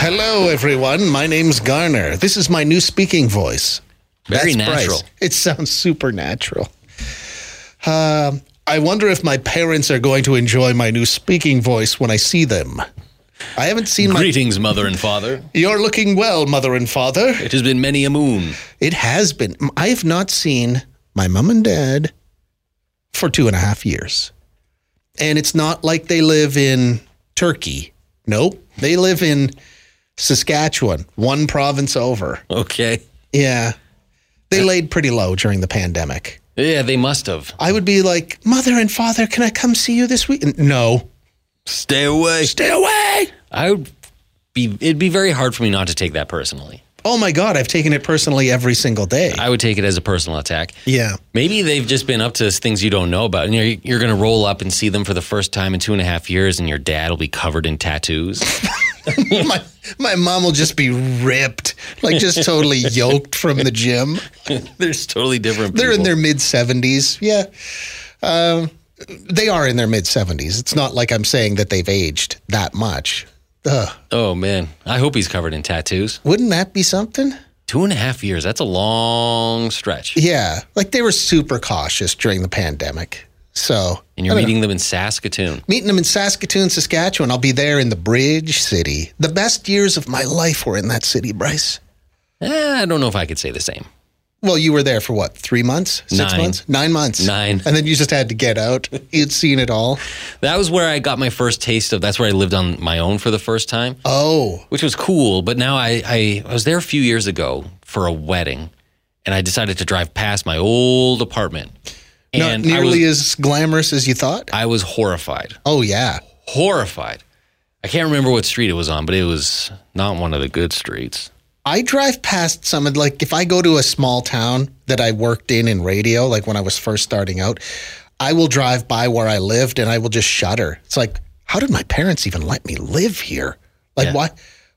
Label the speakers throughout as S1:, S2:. S1: Hello, everyone. My name's Garner. This is my new speaking voice. That's
S2: Very
S1: Bryce.
S2: natural.
S1: It sounds supernatural. Um, I wonder if my parents are going to enjoy my new speaking voice when I see them. I haven't seen my.
S2: Greetings, mother and father.
S1: You're looking well, mother and father.
S2: It has been many a moon.
S1: It has been. I have not seen my mom and dad for two and a half years. And it's not like they live in Turkey. Nope. They live in Saskatchewan, one province over.
S2: Okay.
S1: Yeah. They laid pretty low during the pandemic.
S2: Yeah, they must have.
S1: I would be like, Mother and Father, can I come see you this week? N- No.
S2: Stay away.
S1: Stay away.
S2: I would be. It'd be very hard for me not to take that personally.
S1: Oh my God, I've taken it personally every single day.
S2: I would take it as a personal attack.
S1: yeah.
S2: Maybe they've just been up to things you don't know about. And you're, you're going to roll up and see them for the first time in two and a half years, and your dad will be covered in tattoos.
S1: my, my mom will just be ripped, like just totally yoked from the gym.
S2: There's totally different.
S1: They're in
S2: people.
S1: their mid 70s. Yeah. Um, they are in their mid 70s. It's not like I'm saying that they've aged that much. Ugh.
S2: Oh man, I hope he's covered in tattoos.
S1: Wouldn't that be something?
S2: Two and a half years. That's a long stretch.
S1: Yeah. Like they were super cautious during the pandemic. So
S2: And you're meeting them in Saskatoon.
S1: meeting them in Saskatoon, Saskatchewan. I'll be there in the Bridge City. The best years of my life were in that city, Bryce.
S2: Eh, I don't know if I could say the same.
S1: Well, you were there for what, three months? Six
S2: Nine.
S1: months? Nine months.
S2: Nine.
S1: And then you just had to get out. You'd seen it all.
S2: That was where I got my first taste of. That's where I lived on my own for the first time,
S1: Oh,
S2: which was cool. But now I I, I was there a few years ago for a wedding, and I decided to drive past my old apartment.
S1: not
S2: And I was
S1: nearly as glamorous as you thought.
S2: I was horrified.
S1: Oh, yeah.
S2: Horrified. I can't remember what street it was on, but it was not one of the good streets.
S1: I drive past some of like if I go to a small town that I worked in in radio, like when I was first starting out, I will drive by where I lived and I will just shudder. It's like, how did my parents even let me live here? Like why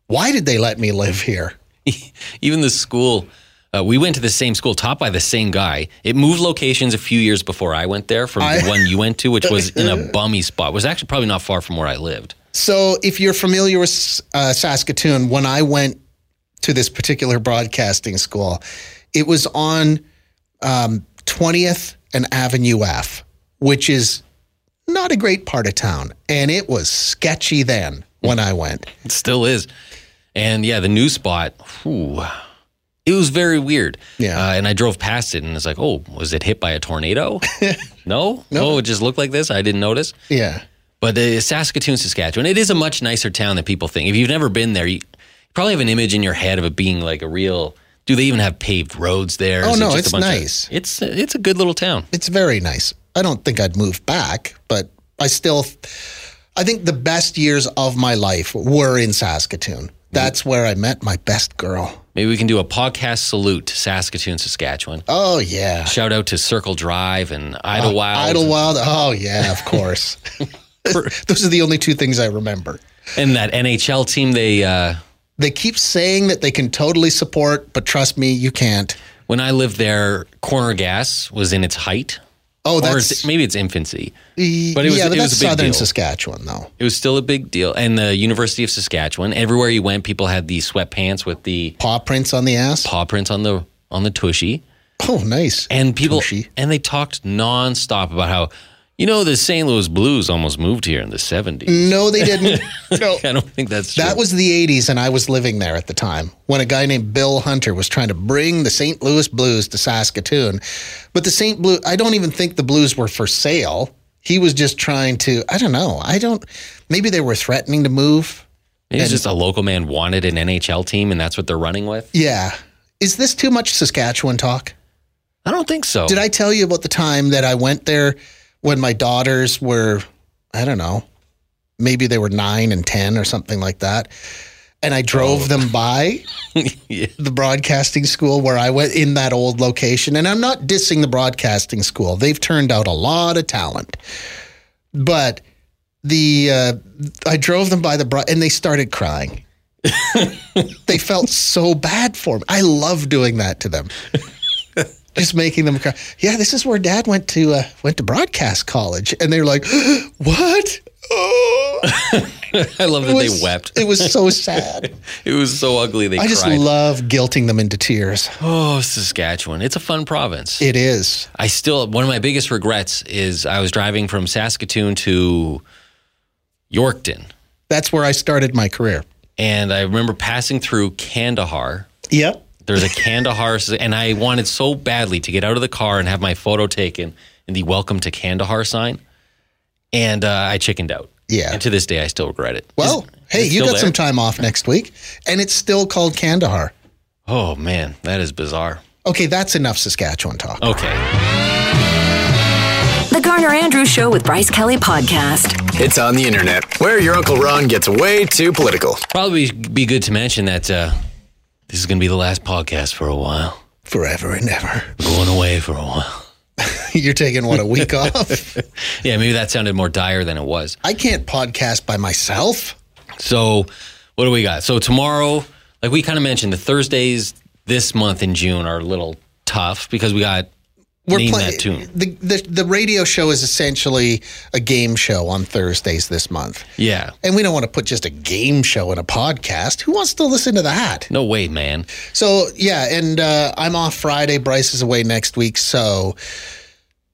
S1: why did they let me live here?
S2: Even the school, uh, we went to the same school, taught by the same guy. It moved locations a few years before I went there from the one you went to, which was in a bummy spot. It was actually probably not far from where I lived.
S1: So, if you're familiar with uh, Saskatoon, when I went to this particular broadcasting school, it was on um, 20th and Avenue F, which is not a great part of town. And it was sketchy then when I went.
S2: It still is. And yeah, the new spot, whew, it was very weird.
S1: Yeah.
S2: Uh, and I drove past it and it's like, oh, was it hit by a tornado? no? Oh, it just looked like this. I didn't notice.
S1: Yeah.
S2: But uh, Saskatoon, Saskatchewan, it is a much nicer town than people think. If you've never been there, you probably have an image in your head of it being like a real. Do they even have paved roads there?
S1: Oh,
S2: Is it
S1: no,
S2: just a
S1: it's
S2: bunch of-
S1: nice.
S2: it's it's a good little town.
S1: It's very nice. I don't think I'd move back, but I still, I think the best years of my life were in Saskatoon. That's where I met my best girl.
S2: Maybe we can do a podcast salute to Saskatoon, Saskatchewan.
S1: Oh, yeah.
S2: Shout out to Circle Drive and Idlewild.
S1: Idlewild. Oh yeah, of course. Those are the only two things I remember.
S2: and that NHL team. They uh,
S1: They keep saying that they can totally support, but trust me, you can't.
S2: when I lived there, Corner Gas was in its height,
S1: Oh,
S2: or
S1: that's
S2: is it- maybe it's infancy.
S1: but
S2: but it was-
S1: yeah, but
S2: it was
S1: that's
S2: a big
S1: southern
S2: deal.
S1: Saskatchewan though.
S2: It was still a big deal. And the University of Saskatchewan. Everywhere you went, people had the sweatpants with the
S1: Paw prints on the ass.
S2: paw prints on the on the tushy,
S1: Oh, nice.
S2: and people
S1: Tushy.
S2: and they talked nonstop about how you know the St. Louis Blues almost moved here in the seventies.
S1: No, they didn't. no.
S2: I don't think that's true.
S1: Mm. That was the 80s, and I was living there at the time when a guy named Bill Hunter was trying to bring the St. Louis Blues to Saskatoon. But the St. Blue, I don't even think the Blues were for sale. He was just trying to, I don't know. I don't, maybe they were threatening to move.
S2: Maybe it's just a local man wanted an NHL team, and that's what they're running with.
S1: Yeah. Is this too much Saskatchewan talk?
S2: I don't think so.
S1: Did I tell you about the time that I went there when my daughters were, I don't know, maybe they were nine and 10 or something like that? And I drove them by the broadcasting school where I went in that old location. And I'm not dissing the broadcasting school, they've turned out a lot of talent. But the uh, I drove them by the broad and they started crying. they felt so bad for me. I love doing that to them just making them cry. Yeah, this is where Dad went to uh, went to broadcast college, and they're like, "What?" Oh,
S2: I love that
S1: It was-
S2: they wept.
S1: It was so sad.
S2: It was so ugly. They
S1: I
S2: cried.
S1: just love guilting them into tears.
S2: oh, Saskatchewan. It's a fun province.
S1: It is.
S2: I still one of my biggest regrets is I was driving from Saskatoon to Yorkton,
S1: That's where I started my career.
S2: and I remember passing through Kandahar.
S1: Yep.
S2: There's a Kandahar, and I wanted so badly to get out of the car and have my photo taken in the "Welcome to Kandahar" sign, and uh, I chickened out.
S1: Yeah.
S2: and to this day I still regret it.
S1: Well,
S2: Is- is
S1: hey,
S2: it
S1: you
S2: still
S1: got
S2: there?
S1: some time off next week, and it's still called Kandahar.
S2: Oh man, that is bizarre.
S1: Okay, that's enough Saskatchewan talk.
S2: Okay,
S3: The Garner Andrews Show with Bryce Kelly Podcast.
S4: It's on the internet, where your Uncle Ron gets way too political.
S2: probably be good to mention that uh, this is going to be the last podcast for a while.
S1: Forever and ever.
S2: Going away for a while.
S1: You're taking what a week off.
S2: Yeah, maybe that sounded more dire than it was.
S1: I can't podcast by myself.
S2: So, what do we got? So tomorrow, like we kind of mentioned, the Thursdays this month in June are a little tough because we got name
S1: play-
S2: that tune.
S1: The, the the radio show is essentially a game show on Thursdays this month,
S2: Yeah,
S1: and we don't want to put just a game show in a podcast. Who wants to listen to that?
S2: no way, man.
S1: So yeah, and uh, I'm off Friday. Bryce is away next week, so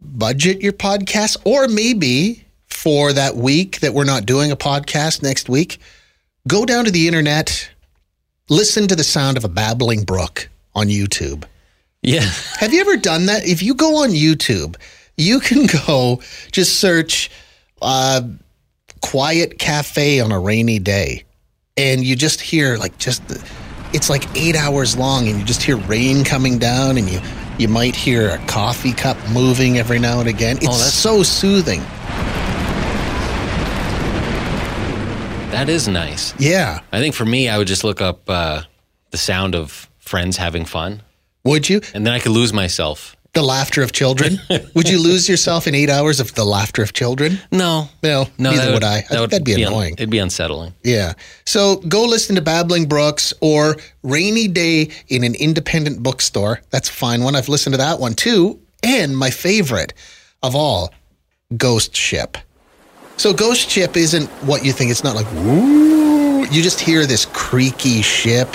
S1: budget your podcast, or maybe for that week that we're not doing a podcast next week, go down to the internet, listen to the sound of a babbling brook on YouTube.
S2: Yeah,
S1: Have you ever done that? If you go on YouTube, you can go just search uh, quiet cafe on a rainy day, and you just hear like just the, it's like eight hours long, and you just hear rain coming down, and you you might hear a coffee cup moving every now and again. It's
S2: Oh, that's-
S1: so soothing.
S2: that is nice.
S1: Yeah,
S2: I think for me, I would just look up uh, the sound of friends having fun,
S1: would you?
S2: and then I could lose myself.
S1: The laughter of children. would you lose yourself in eight hours of the laughter of children?
S2: No,
S1: No,
S2: no,
S1: neither
S2: that
S1: would, I. I think that'd be,
S2: un-
S1: annoying.
S2: it'd be unsettling.
S1: Yeah. So go listen to Babbling Brooks or Rainy Day in an Independent Bookstore. That's a fine one. I've listened to that one too. And my favorite of all, Ghost Ship. So Ghost Ship isn't what you think. It's not like, woo. You just hear this creaky ship,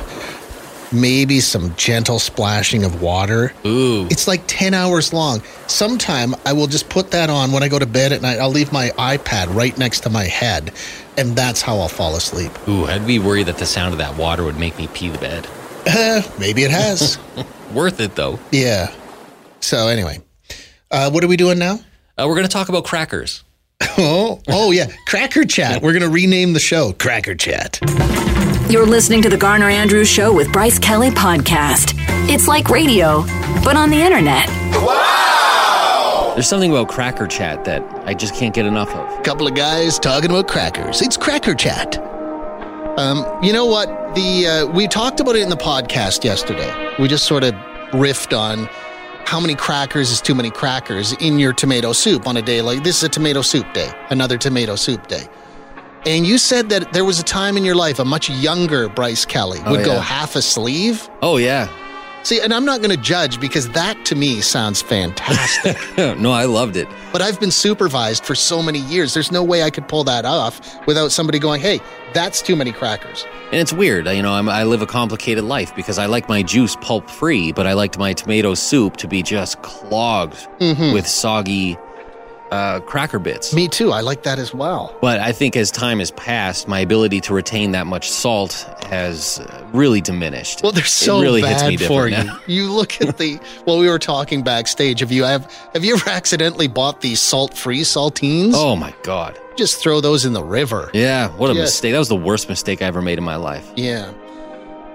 S1: maybe some gentle splashing of water.
S2: Ooh,
S1: It's like 10 hours long. Sometime I will just put that on when I go to bed at night. I'll leave my iPad right next to my head, and that's how I'll fall asleep.
S2: ooh, I'd be worried that the sound of that water would make me pee the bed.
S1: Uh, maybe it has.
S2: Worth it though.
S1: yeah. So, anyway, uh, what are we doing now?
S2: Uh, we're going to talk about crackers.
S1: Oh, oh yeah. Cracker Chat. We're going to rename the show Cracker Chat.
S3: You're listening to The Garner Andrews Show with Bryce Kelly Podcast. It's like radio, but on the internet.
S2: There's something about Cracker Chat that I just can't get enough of.
S1: Couple of guys talking about crackers. It's Cracker Chat. Um, you know what? The uh, we talked about it in the podcast yesterday. We just sort of riffed on how many crackers is too many crackers in your tomato soup on a day like this is a tomato soup day, another tomato soup day. And you said that there was a time in your life, a much younger Bryce Kelly would go
S2: yeah.
S1: half a sleeve.
S2: Oh yeah,
S1: See, and I'm not going to judge because that to me sounds fantastic.
S2: no, I loved it.
S1: But I've been supervised for so many years. There's no way I could pull that off without somebody going, hey, that's too many crackers.
S2: And it's weird, you know. I'm, I live a complicated life because I like my juice pulp free, but I liked my tomato soup to be just clogged
S1: Mm-hmm.
S2: with soggy uh, cracker bits.
S1: Me too. I like that as well.
S2: But I think as time has passed, my ability to retain that much salt has uh, really diminished.
S1: Well, they're so
S2: it really
S1: bad
S2: hits me
S1: for
S2: different
S1: you.
S2: now.
S1: You look at the well, we were talking backstage. Have you have have you ever accidentally bought these salt free saltines?
S2: Oh my god.
S1: Just throw those in the river.
S2: Yeah, what a
S1: Yeah.
S2: mistake. That was the worst mistake I ever made in my life.
S1: Yeah.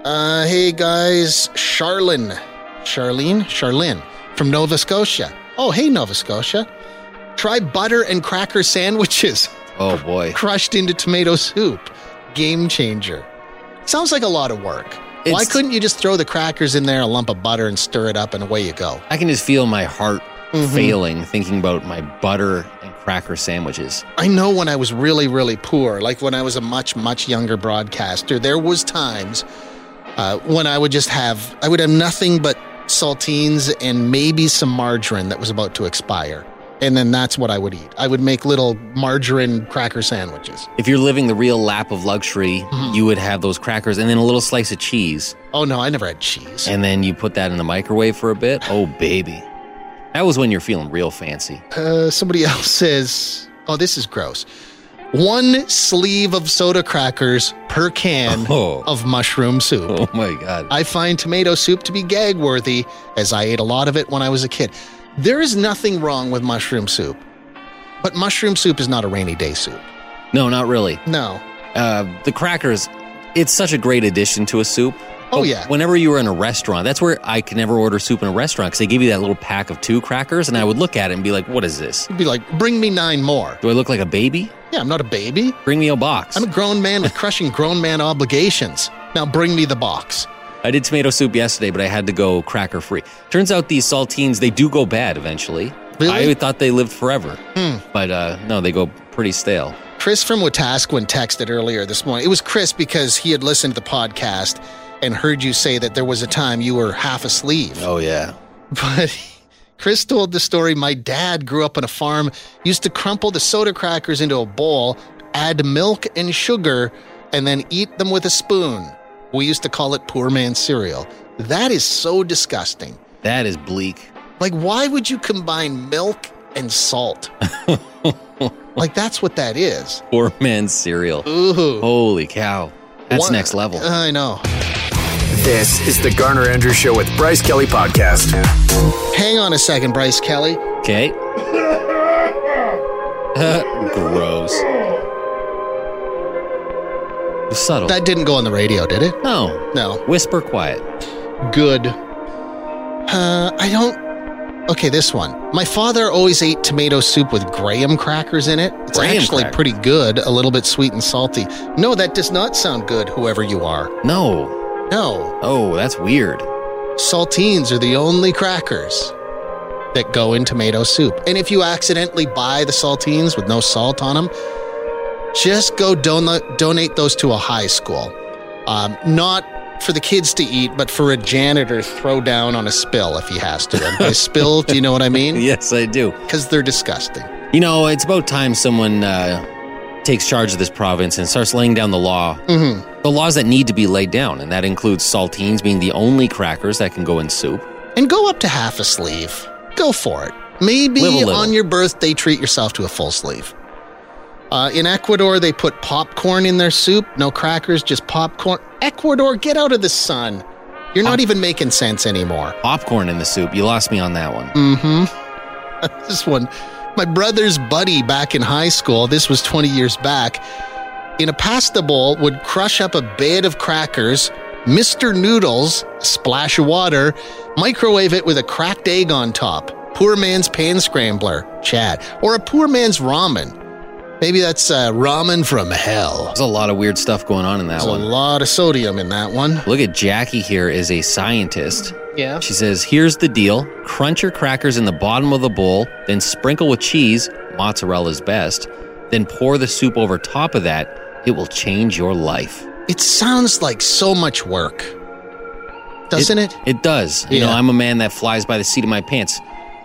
S1: Uh, hey guys, Charlene, Charlene, Charlene from Nova Scotia. Oh, hey Nova Scotia. Try butter and cracker sandwiches
S2: Oh boy.
S1: crushed into tomato soup. Game changer. Sounds like a lot of work. Why
S2: It's-
S1: couldn't you just throw the crackers in there, a lump of butter, and stir it up, and away you go?
S2: I can just feel my heart
S1: Mhm.
S2: failing thinking about my butter and cracker sandwiches.
S1: I know when I was really, really poor, like when I was a much, much younger broadcaster, there was times uh, when I would just have, I would have nothing but saltines and maybe some margarine that was about to expire. And then that's what I would eat. I would make little margarine cracker sandwiches.
S2: If you're living the real lap of luxury, you would have those crackers and then a little slice of cheese,
S1: Oh no, I never had cheese.
S2: and then you put that in the microwave for a bit. Oh baby. That was when you're feeling real fancy.
S1: Uh, somebody else says, oh, this is gross. One sleeve of soda crackers per can
S2: Oh.
S1: of mushroom soup.
S2: Oh my god.
S1: I find tomato soup to be gag worthy, as I ate a lot of it when I was a kid. There is nothing wrong with mushroom soup, but mushroom soup is not a rainy day soup.
S2: No, not really.
S1: No. Oh,
S2: Uh, the crackers, it's such a great addition to a soup.
S1: Oh,
S2: But
S1: yeah.
S2: Whenever you were in a restaurant, that's where I could never order soup in a restaurant because they give you that little pack of two crackers, and I would look at it and be like, "What is this?
S1: You'd be like, bring me nine more.
S2: Do I look like a baby?
S1: Yeah, I'm not a baby.
S2: Bring me a box."
S1: I'm a grown man with crushing grown man obligations. Now bring me the box.
S2: I did tomato soup yesterday, but I had to go cracker free. Turns out these saltines they do go bad eventually.
S1: Really? Hmm.
S2: I thought they lived forever, but uh, no, they go pretty stale.
S1: Chris from Wetaskiwin texted earlier this morning. It was Chris because he had listened to the podcast and heard you say that there was a time you were half a sleeve.
S2: Oh yeah.
S1: But Chris told the story my dad grew up on a farm, used to crumple the soda crackers into a bowl, add milk and sugar, and then eat them with a spoon. We used to call it poor man cereal. That is so disgusting.
S2: That is bleak.
S1: Like, why would you combine milk and salt? like, that's what that is.
S2: Poor man's cereal.
S1: Ooh. Uh.
S2: Holy cow. That's
S1: One-
S2: next level.
S1: I know.
S4: This is the Garner Andrews Show with Bryce Kelly Podcast.
S1: Hang on a second, Bryce Kelly.
S2: Okay. Gross. Subtle.
S1: That didn't go on the radio, did it?
S2: no.
S1: No.
S2: Whisper quiet.
S1: good. Uh, I don't. Okay, this one. My father always ate tomato soup with graham crackers in it. It's
S2: Graham
S1: actually
S2: crackers.
S1: pretty good, a little bit sweet and salty. No, that does not sound good, whoever you are.
S2: No.
S1: No,
S2: Oh, that's weird.
S1: saltines are the only crackers that go in tomato soup. And if you accidentally buy the saltines with no salt on them, just go don- donate those to a high school. Um, not for the kids to eat, but for a janitor to throw down on a spill if he has to. And by spill, do you know what I mean?
S2: Yes, I do.
S1: Because they're disgusting.
S2: You know, it's about time someone uh, takes charge of this province and starts laying down the law.
S1: Mm-hmm.
S2: The laws that need to be laid down, and that includes saltines being the only crackers that can go in soup.
S1: And go up to half a sleeve. Go for it. Maybe
S2: Live a little.
S1: on your birthday, treat yourself to a full sleeve. Uh, in Ecuador, they put popcorn in their soup. No crackers, just popcorn. Ecuador, get out of the sun. You're not even making sense anymore.
S2: Popcorn in the soup. You lost me on that one.
S1: Mm-hmm. this one, my brother's buddy back in high school, this was 20 years back, in a pasta bowl would crush up a bed of crackers, Mr. Noodles, a splash of water, microwave it with a cracked egg on top. Poor man's pan scrambler, Chad, or a poor man's ramen. Maybe that's uh, ramen from hell.
S2: There's a lot of weird stuff going on in that
S1: There's a
S2: one.
S1: lot of sodium in that one.
S2: Look at Jackie here is a scientist.
S1: Yeah.
S2: She says, "Here's the deal: crunch your crackers in the bottom of the bowl, then sprinkle with cheese. Mozzarella's best. Then pour the soup over top of that. It will change your life."
S1: It sounds like so much work, doesn't it?
S2: It does. You know,
S1: Yeah.
S2: I'm a man that flies by the seat of my pants.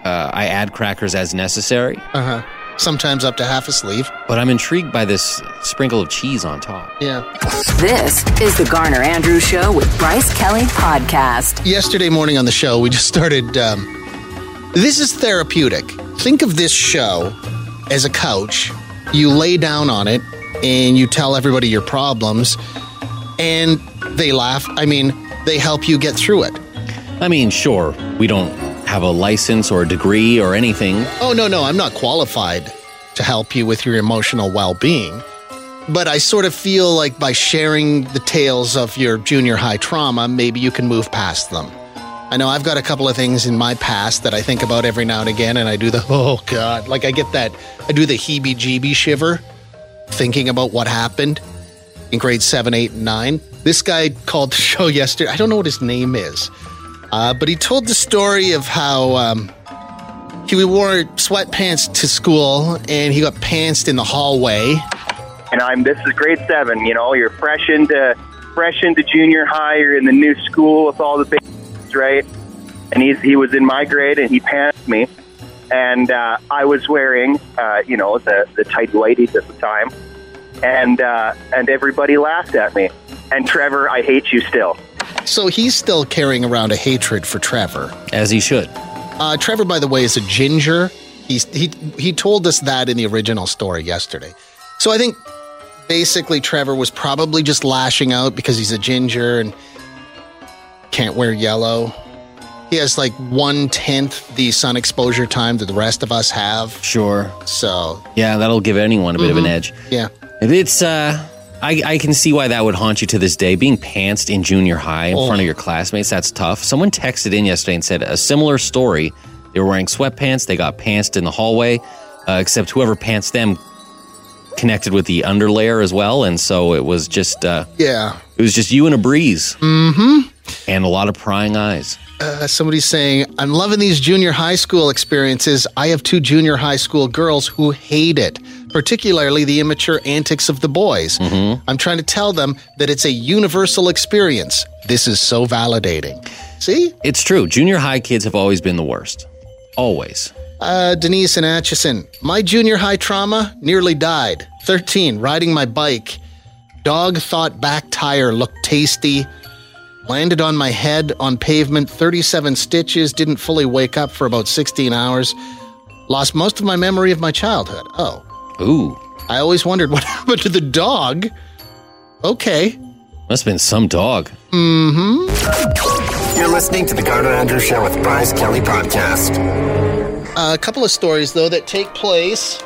S2: Uh, I add crackers as necessary,
S1: Uh huh. Sometimes up to half a sleeve.
S2: but I'm intrigued by this sprinkle of cheese on top.
S1: Yeah.
S3: This is the Garner Andrews Show with Bryce Kelly Podcast.
S1: Yesterday morning on the show, we just started. Um, this is therapeutic. Think of this show as a couch. You lay down on it and you tell everybody your problems, and they laugh. I mean, they help you get through it.
S2: I mean, sure, we don't have a license or a degree or anything.
S1: Oh, no, no, I'm not qualified to help you with your emotional well being. But I sort of feel like by sharing the tales of your junior high trauma, maybe you can move past them. I know I've got a couple of things in my past that I think about every now and again, and I do the, oh God, like I get that, I do the heebie jeebie shiver thinking about what happened in grade seven, eight, and nine. This guy called the show yesterday. I don't know what his name is, uh, but he told the story of how um, he wore sweatpants to school and he got pantsed in the hallway.
S5: and I'm this is grade seven. You know, you're fresh into fresh into junior high. You're in the new school with all the big right? And he's he was in my grade, and he passed me, and uh, I was wearing uh, you know the the tight whiteies at the time, and uh, and everybody laughed at me. And Trevor, I hate you still.
S1: So he's still carrying around a hatred for Trevor.
S2: as he should.
S1: Uh, Trevor, by the way, is a ginger. He's, he he told us that in the original story yesterday. So I think basically Trevor was probably just lashing out because he's a ginger and can't wear yellow. He has like one tenth the sun exposure time that the rest of us have.
S6: Sure.
S1: So
S2: Yeah, that'll give anyone a bit
S1: Mm-hmm.
S2: of an edge.
S1: yeah,
S2: It's uh I, I can see why that would haunt you to this day. Being pantsed in junior high in front of your classmates, that's tough. Someone texted in yesterday and said a similar story. They were wearing sweatpants, they got pantsed in the hallway, uh, except whoever pantsed them connected with the underlayer as well. And so it was just uh,
S1: yeah.
S2: it was just you and a breeze. Mm-hmm. And a lot of prying eyes.
S1: Uh, somebody's saying I'm loving these junior high school experiences. I have two junior high school girls who hate it, particularly the immature antics of the boys. I'm trying to tell them that it's a universal experience. This is so validating. See,
S2: It's true. Junior high kids have always been the worst. Always.
S1: uh, Denise and Atchison. My junior high trauma nearly died. 13, riding my bike. Dog thought back tire looked tasty. Landed on my head on pavement, 37 stitches, didn't fully wake up for about 16 hours. Lost most of my memory of my childhood. Oh,
S2: Ooh.
S1: I always wondered what happened to the dog. Okay.
S2: Must have been some dog.
S4: You're listening to the Garner Andrews Show with Bryce Kelly Podcast.
S1: a couple of stories, though, that take place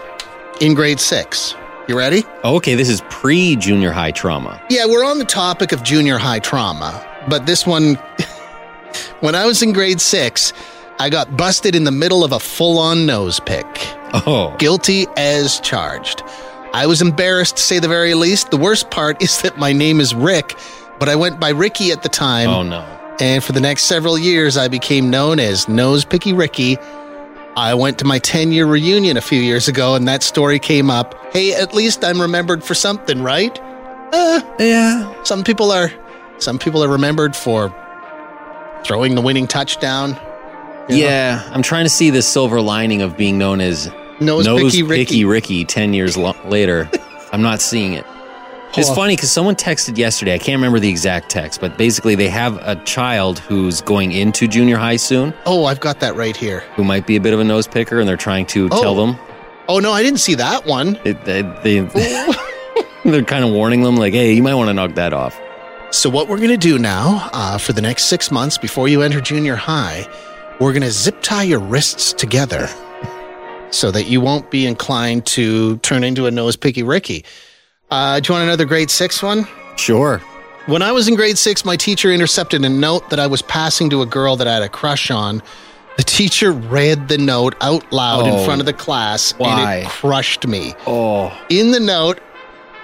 S1: in grade six. You ready?
S2: Okay, this is pre junior high trauma.
S1: Yeah, we're on the topic of junior high trauma, but this one, when I was in grade six, I got busted in the middle of a full on nose pick.
S2: Oh.
S1: Guilty as charged. I was embarrassed to say the very least. The worst part is that my name is Rick, but I went by Ricky at the time.
S2: Oh no.
S1: And for the next several years, I became known as Nose Picky Ricky. I went to my 10 year reunion a few years ago, and that story came up. Hey, at least I'm remembered for something, right?
S2: Yeah.
S1: Some people are, some people are remembered for throwing the winning touchdown.
S2: Yeah. I'm trying to see the silver lining of being known as
S1: Nose,
S2: Nose
S1: Picky Ricky.
S2: Picky Ricky 10 years lo- later. I'm not seeing it. It's funny because someone texted yesterday. I can't remember the exact text, but basically they have a child who's going into junior high soon
S1: Oh, I've got that right here.
S2: who might be a bit of a nose picker, and they're trying to
S1: Oh.
S2: tell them.
S1: Oh no, I didn't see that one.
S2: It, they, they, they're kind of warning them, like, hey, you might want to knock that off.
S1: So, what we're going to do now uh, for the next six months before you enter junior high, we're going to zip tie your wrists together so that you won't be inclined to turn into a nose picky Ricky. Uh, do you want another grade six one?
S2: Sure.
S1: When I was in grade six, my teacher intercepted a note that I was passing to a girl that I had a crush on. The teacher read the note out loud in
S2: Oh.
S1: front of the class
S2: Why?
S1: and it crushed me
S2: Oh.
S1: in the note,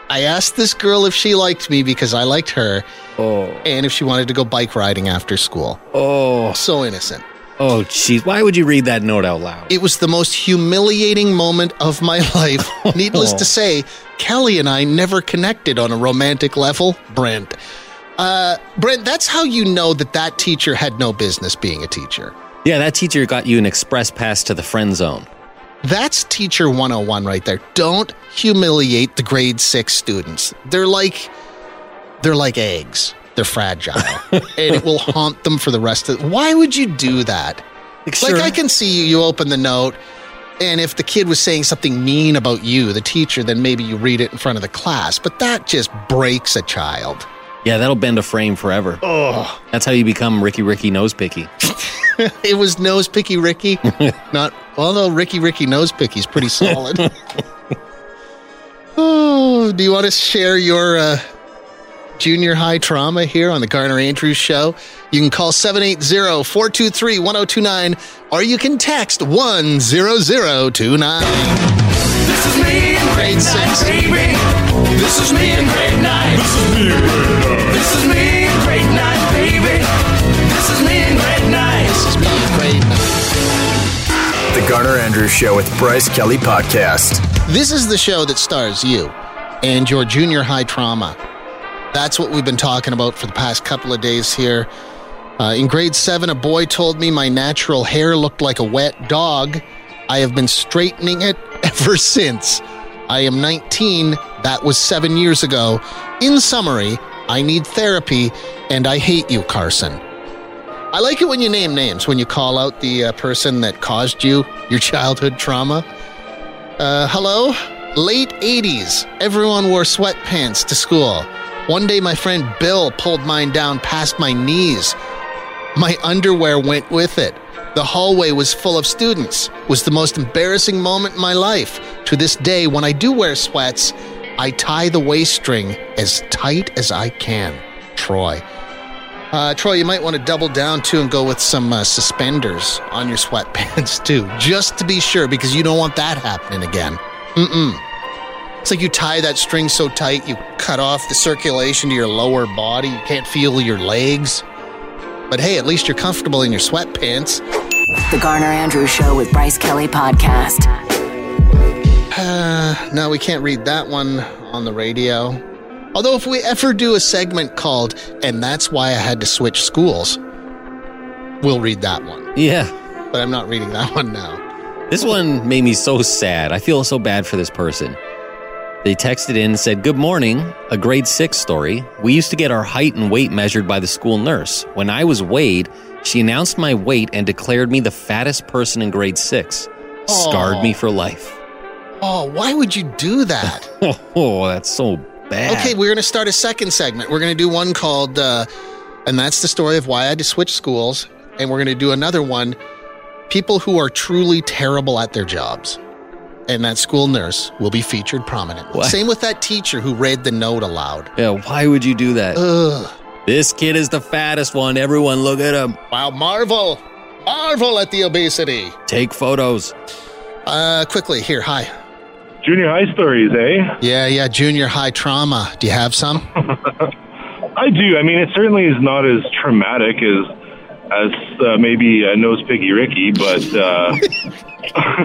S1: I asked this girl if she liked me because I liked her, and if she wanted to go bike riding after school.
S2: Oh.
S1: So innocent.
S2: Oh, jeez. Why would you read that note out loud?
S1: It was the most humiliating moment of my life. Needless to say, Kelly and I never connected on a romantic level. Brent. Uh, Brent, that's how you know that that teacher had no business being a teacher.
S2: Yeah, that teacher got you an express pass to the friend zone.
S1: That's teacher 101 right there. Don't humiliate the grade 6 students. They're like they're like eggs. They're fragile. and it will haunt them for the rest of Why would you do that? Like I can see you you open the note and if the kid was saying something mean about you, the teacher, then maybe you read it in front of the class, but that just breaks a child.
S2: Yeah, that'll bend a frame forever. Oh. That's how you become Ricky Ricky Nose Picky.
S1: It was nose picky Ricky. Not although Ricky Ricky nose picky's pretty solid. Oh, do you want to share your uh, junior high trauma here on the Garner Andrews Show? You can call 780 423 1029 or you can text 10029.
S6: This is me in grade six. Baby. This is me in grade nine. This is me in grade nine. This is me in grade nine, baby. This is me in grade nine. This is me in grade nine.
S4: The Garner Andrews Show with Bryce Kelly Podcast.
S1: This is the show that stars you and your junior high trauma. That's what we've been talking about for the past couple of days here. Uh, in grade seven, a boy told me my natural hair looked like a wet dog. I have been straightening it ever since. I am 19. That was seven years ago. In summary, I need therapy and I hate you, Carson. I like it when you name names, when you call out the uh, person that caused you your childhood trauma. Uh, hello? Late 80s. Everyone wore sweatpants to school. One day, my friend Bill pulled mine down past my knees. My underwear went with it. The hallway was full of students. It was the most embarrassing moment in my life. To this day, when I do wear sweats, I tie the waist string as tight as I can. Troy. Uh, Troy, you might want to double down too and go with some uh, suspenders on your sweatpants too, just to be sure, because you don't want that happening again. Mm-mm. It's like you tie that string so tight, you cut off the circulation to your lower body. You can't feel your legs. But hey, at least you're comfortable in your sweatpants.
S3: The Garner Andrews Show with Bryce Kelly Podcast.
S1: Uh, no, we can't read that one on the radio. Although, if we ever do a segment called, and that's why I had to switch schools, we'll read that one.
S2: Yeah.
S1: But I'm not reading that one now.
S2: This one made me so sad. I feel so bad for this person. They texted in and said, Good morning, a grade six story. We used to get our height and weight measured by the school nurse. When I was weighed, she announced my weight and declared me the fattest person in grade six. Scarred
S1: Aw.
S2: me for life.
S1: Oh, why would you do that?
S2: Oh, that's so bad.
S1: Okay, we're going to start a second segment. We're going to do one called, uh, and that's the story of why I had to switch schools. And we're going to do another one people who are truly terrible at their jobs. And that school nurse will be featured prominently.
S2: What?
S1: Same with that teacher who read the note aloud.
S2: Yeah, why would you do that?
S1: Ugh.
S2: This kid is the fattest one. Everyone, look at him.
S1: Wow, marvel. Marvel at the obesity.
S2: Take photos.
S1: Uh, quickly, here, hi.
S7: Junior high stories, eh?
S1: Yeah, yeah, junior high trauma. Do you have some?
S7: I do. I mean, it certainly is not as traumatic as as uh, maybe uh, Nose Piggy Ricky, but uh,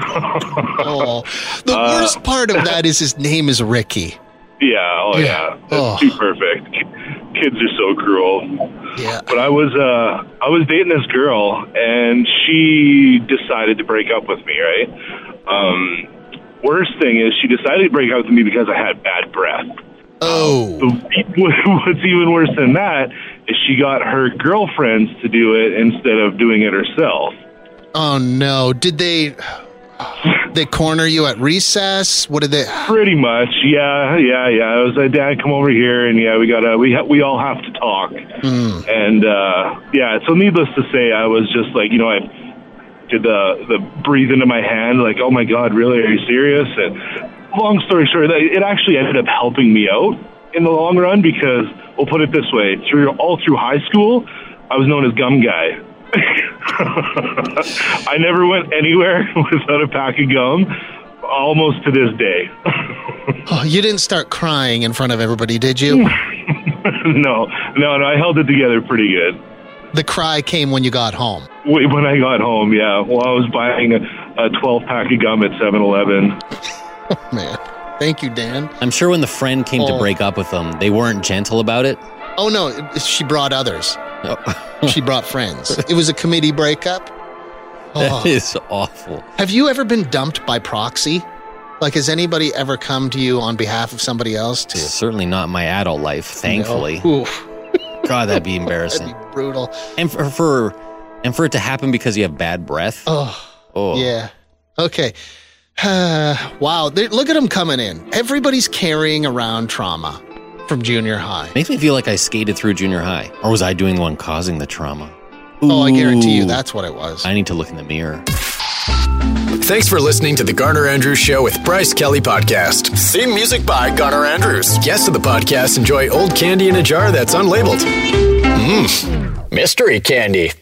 S1: Oh, the worst part of that is his name is Ricky.
S7: yeah, oh
S1: Yeah.
S7: yeah, it's
S1: Oh.
S7: too perfect. Kids are so cruel.
S1: Yeah.
S7: But I was uh, I was dating this girl, and she decided to break up with me. Right. Um, worst thing is, she decided to break up with me because I had bad breath.
S1: Oh,
S7: But what's even worse than that is she got her girlfriends to do it instead of doing it herself.
S1: oh no. Did they they corner you at recess? What did they?
S7: Pretty much, yeah, yeah, yeah. It was like, Dad, come over here, and yeah, we gotta, we ha- we all have to talk. And uh, yeah, so needless to say, I was just like, you know, I did the the breathe into my hand, like, oh my God, really? Are you serious? And long story short, that- it actually ended up helping me out in the long run because we'll put it this way: through all through high school, I was known as Gum Guy. I never went anywhere without a pack of gum, almost to this day.
S1: Oh, you didn't start crying in front of everybody, did you?
S7: no, no, no. I held it together pretty good.
S1: The cry came when you got home.
S7: Wait, when I got home, yeah, while I was buying a, a 12 pack of gum at 7 Eleven.
S1: Oh, Man, thank you, Dan.
S2: I'm sure when the friend came
S1: Oh.
S2: to break up with them, they weren't gentle about it.
S1: Oh no, she brought others.
S2: Oh,
S1: She brought friends. It was a committee breakup. Oh.
S2: that is awful.
S1: Have you ever been dumped by proxy? Like, has anybody ever come to you on behalf of somebody else to?
S2: Certainly not in my adult life, thankfully.
S1: No. Oof,
S2: God, that'd be
S1: that'd
S2: embarrassing.
S1: be brutal.
S2: and for, for and for it to happen because you have bad breath.
S1: Oh,
S2: oh,
S1: yeah. Okay. Uh, wow. They- look at them coming in. Everybody's carrying around trauma from junior high.
S2: makes me feel like I skated through junior high, or was I doing the one causing the trauma?
S1: Oh, I guarantee you
S2: Ooh.
S1: that's what it was.
S2: I need to look in the mirror.
S4: Thanks for listening to the Garner Andrews Show with Bryce Kelly Podcast. Theme music by Garner Andrews. Guests of the podcast enjoy old candy in a jar that's unlabeled. Mmm, mystery candy.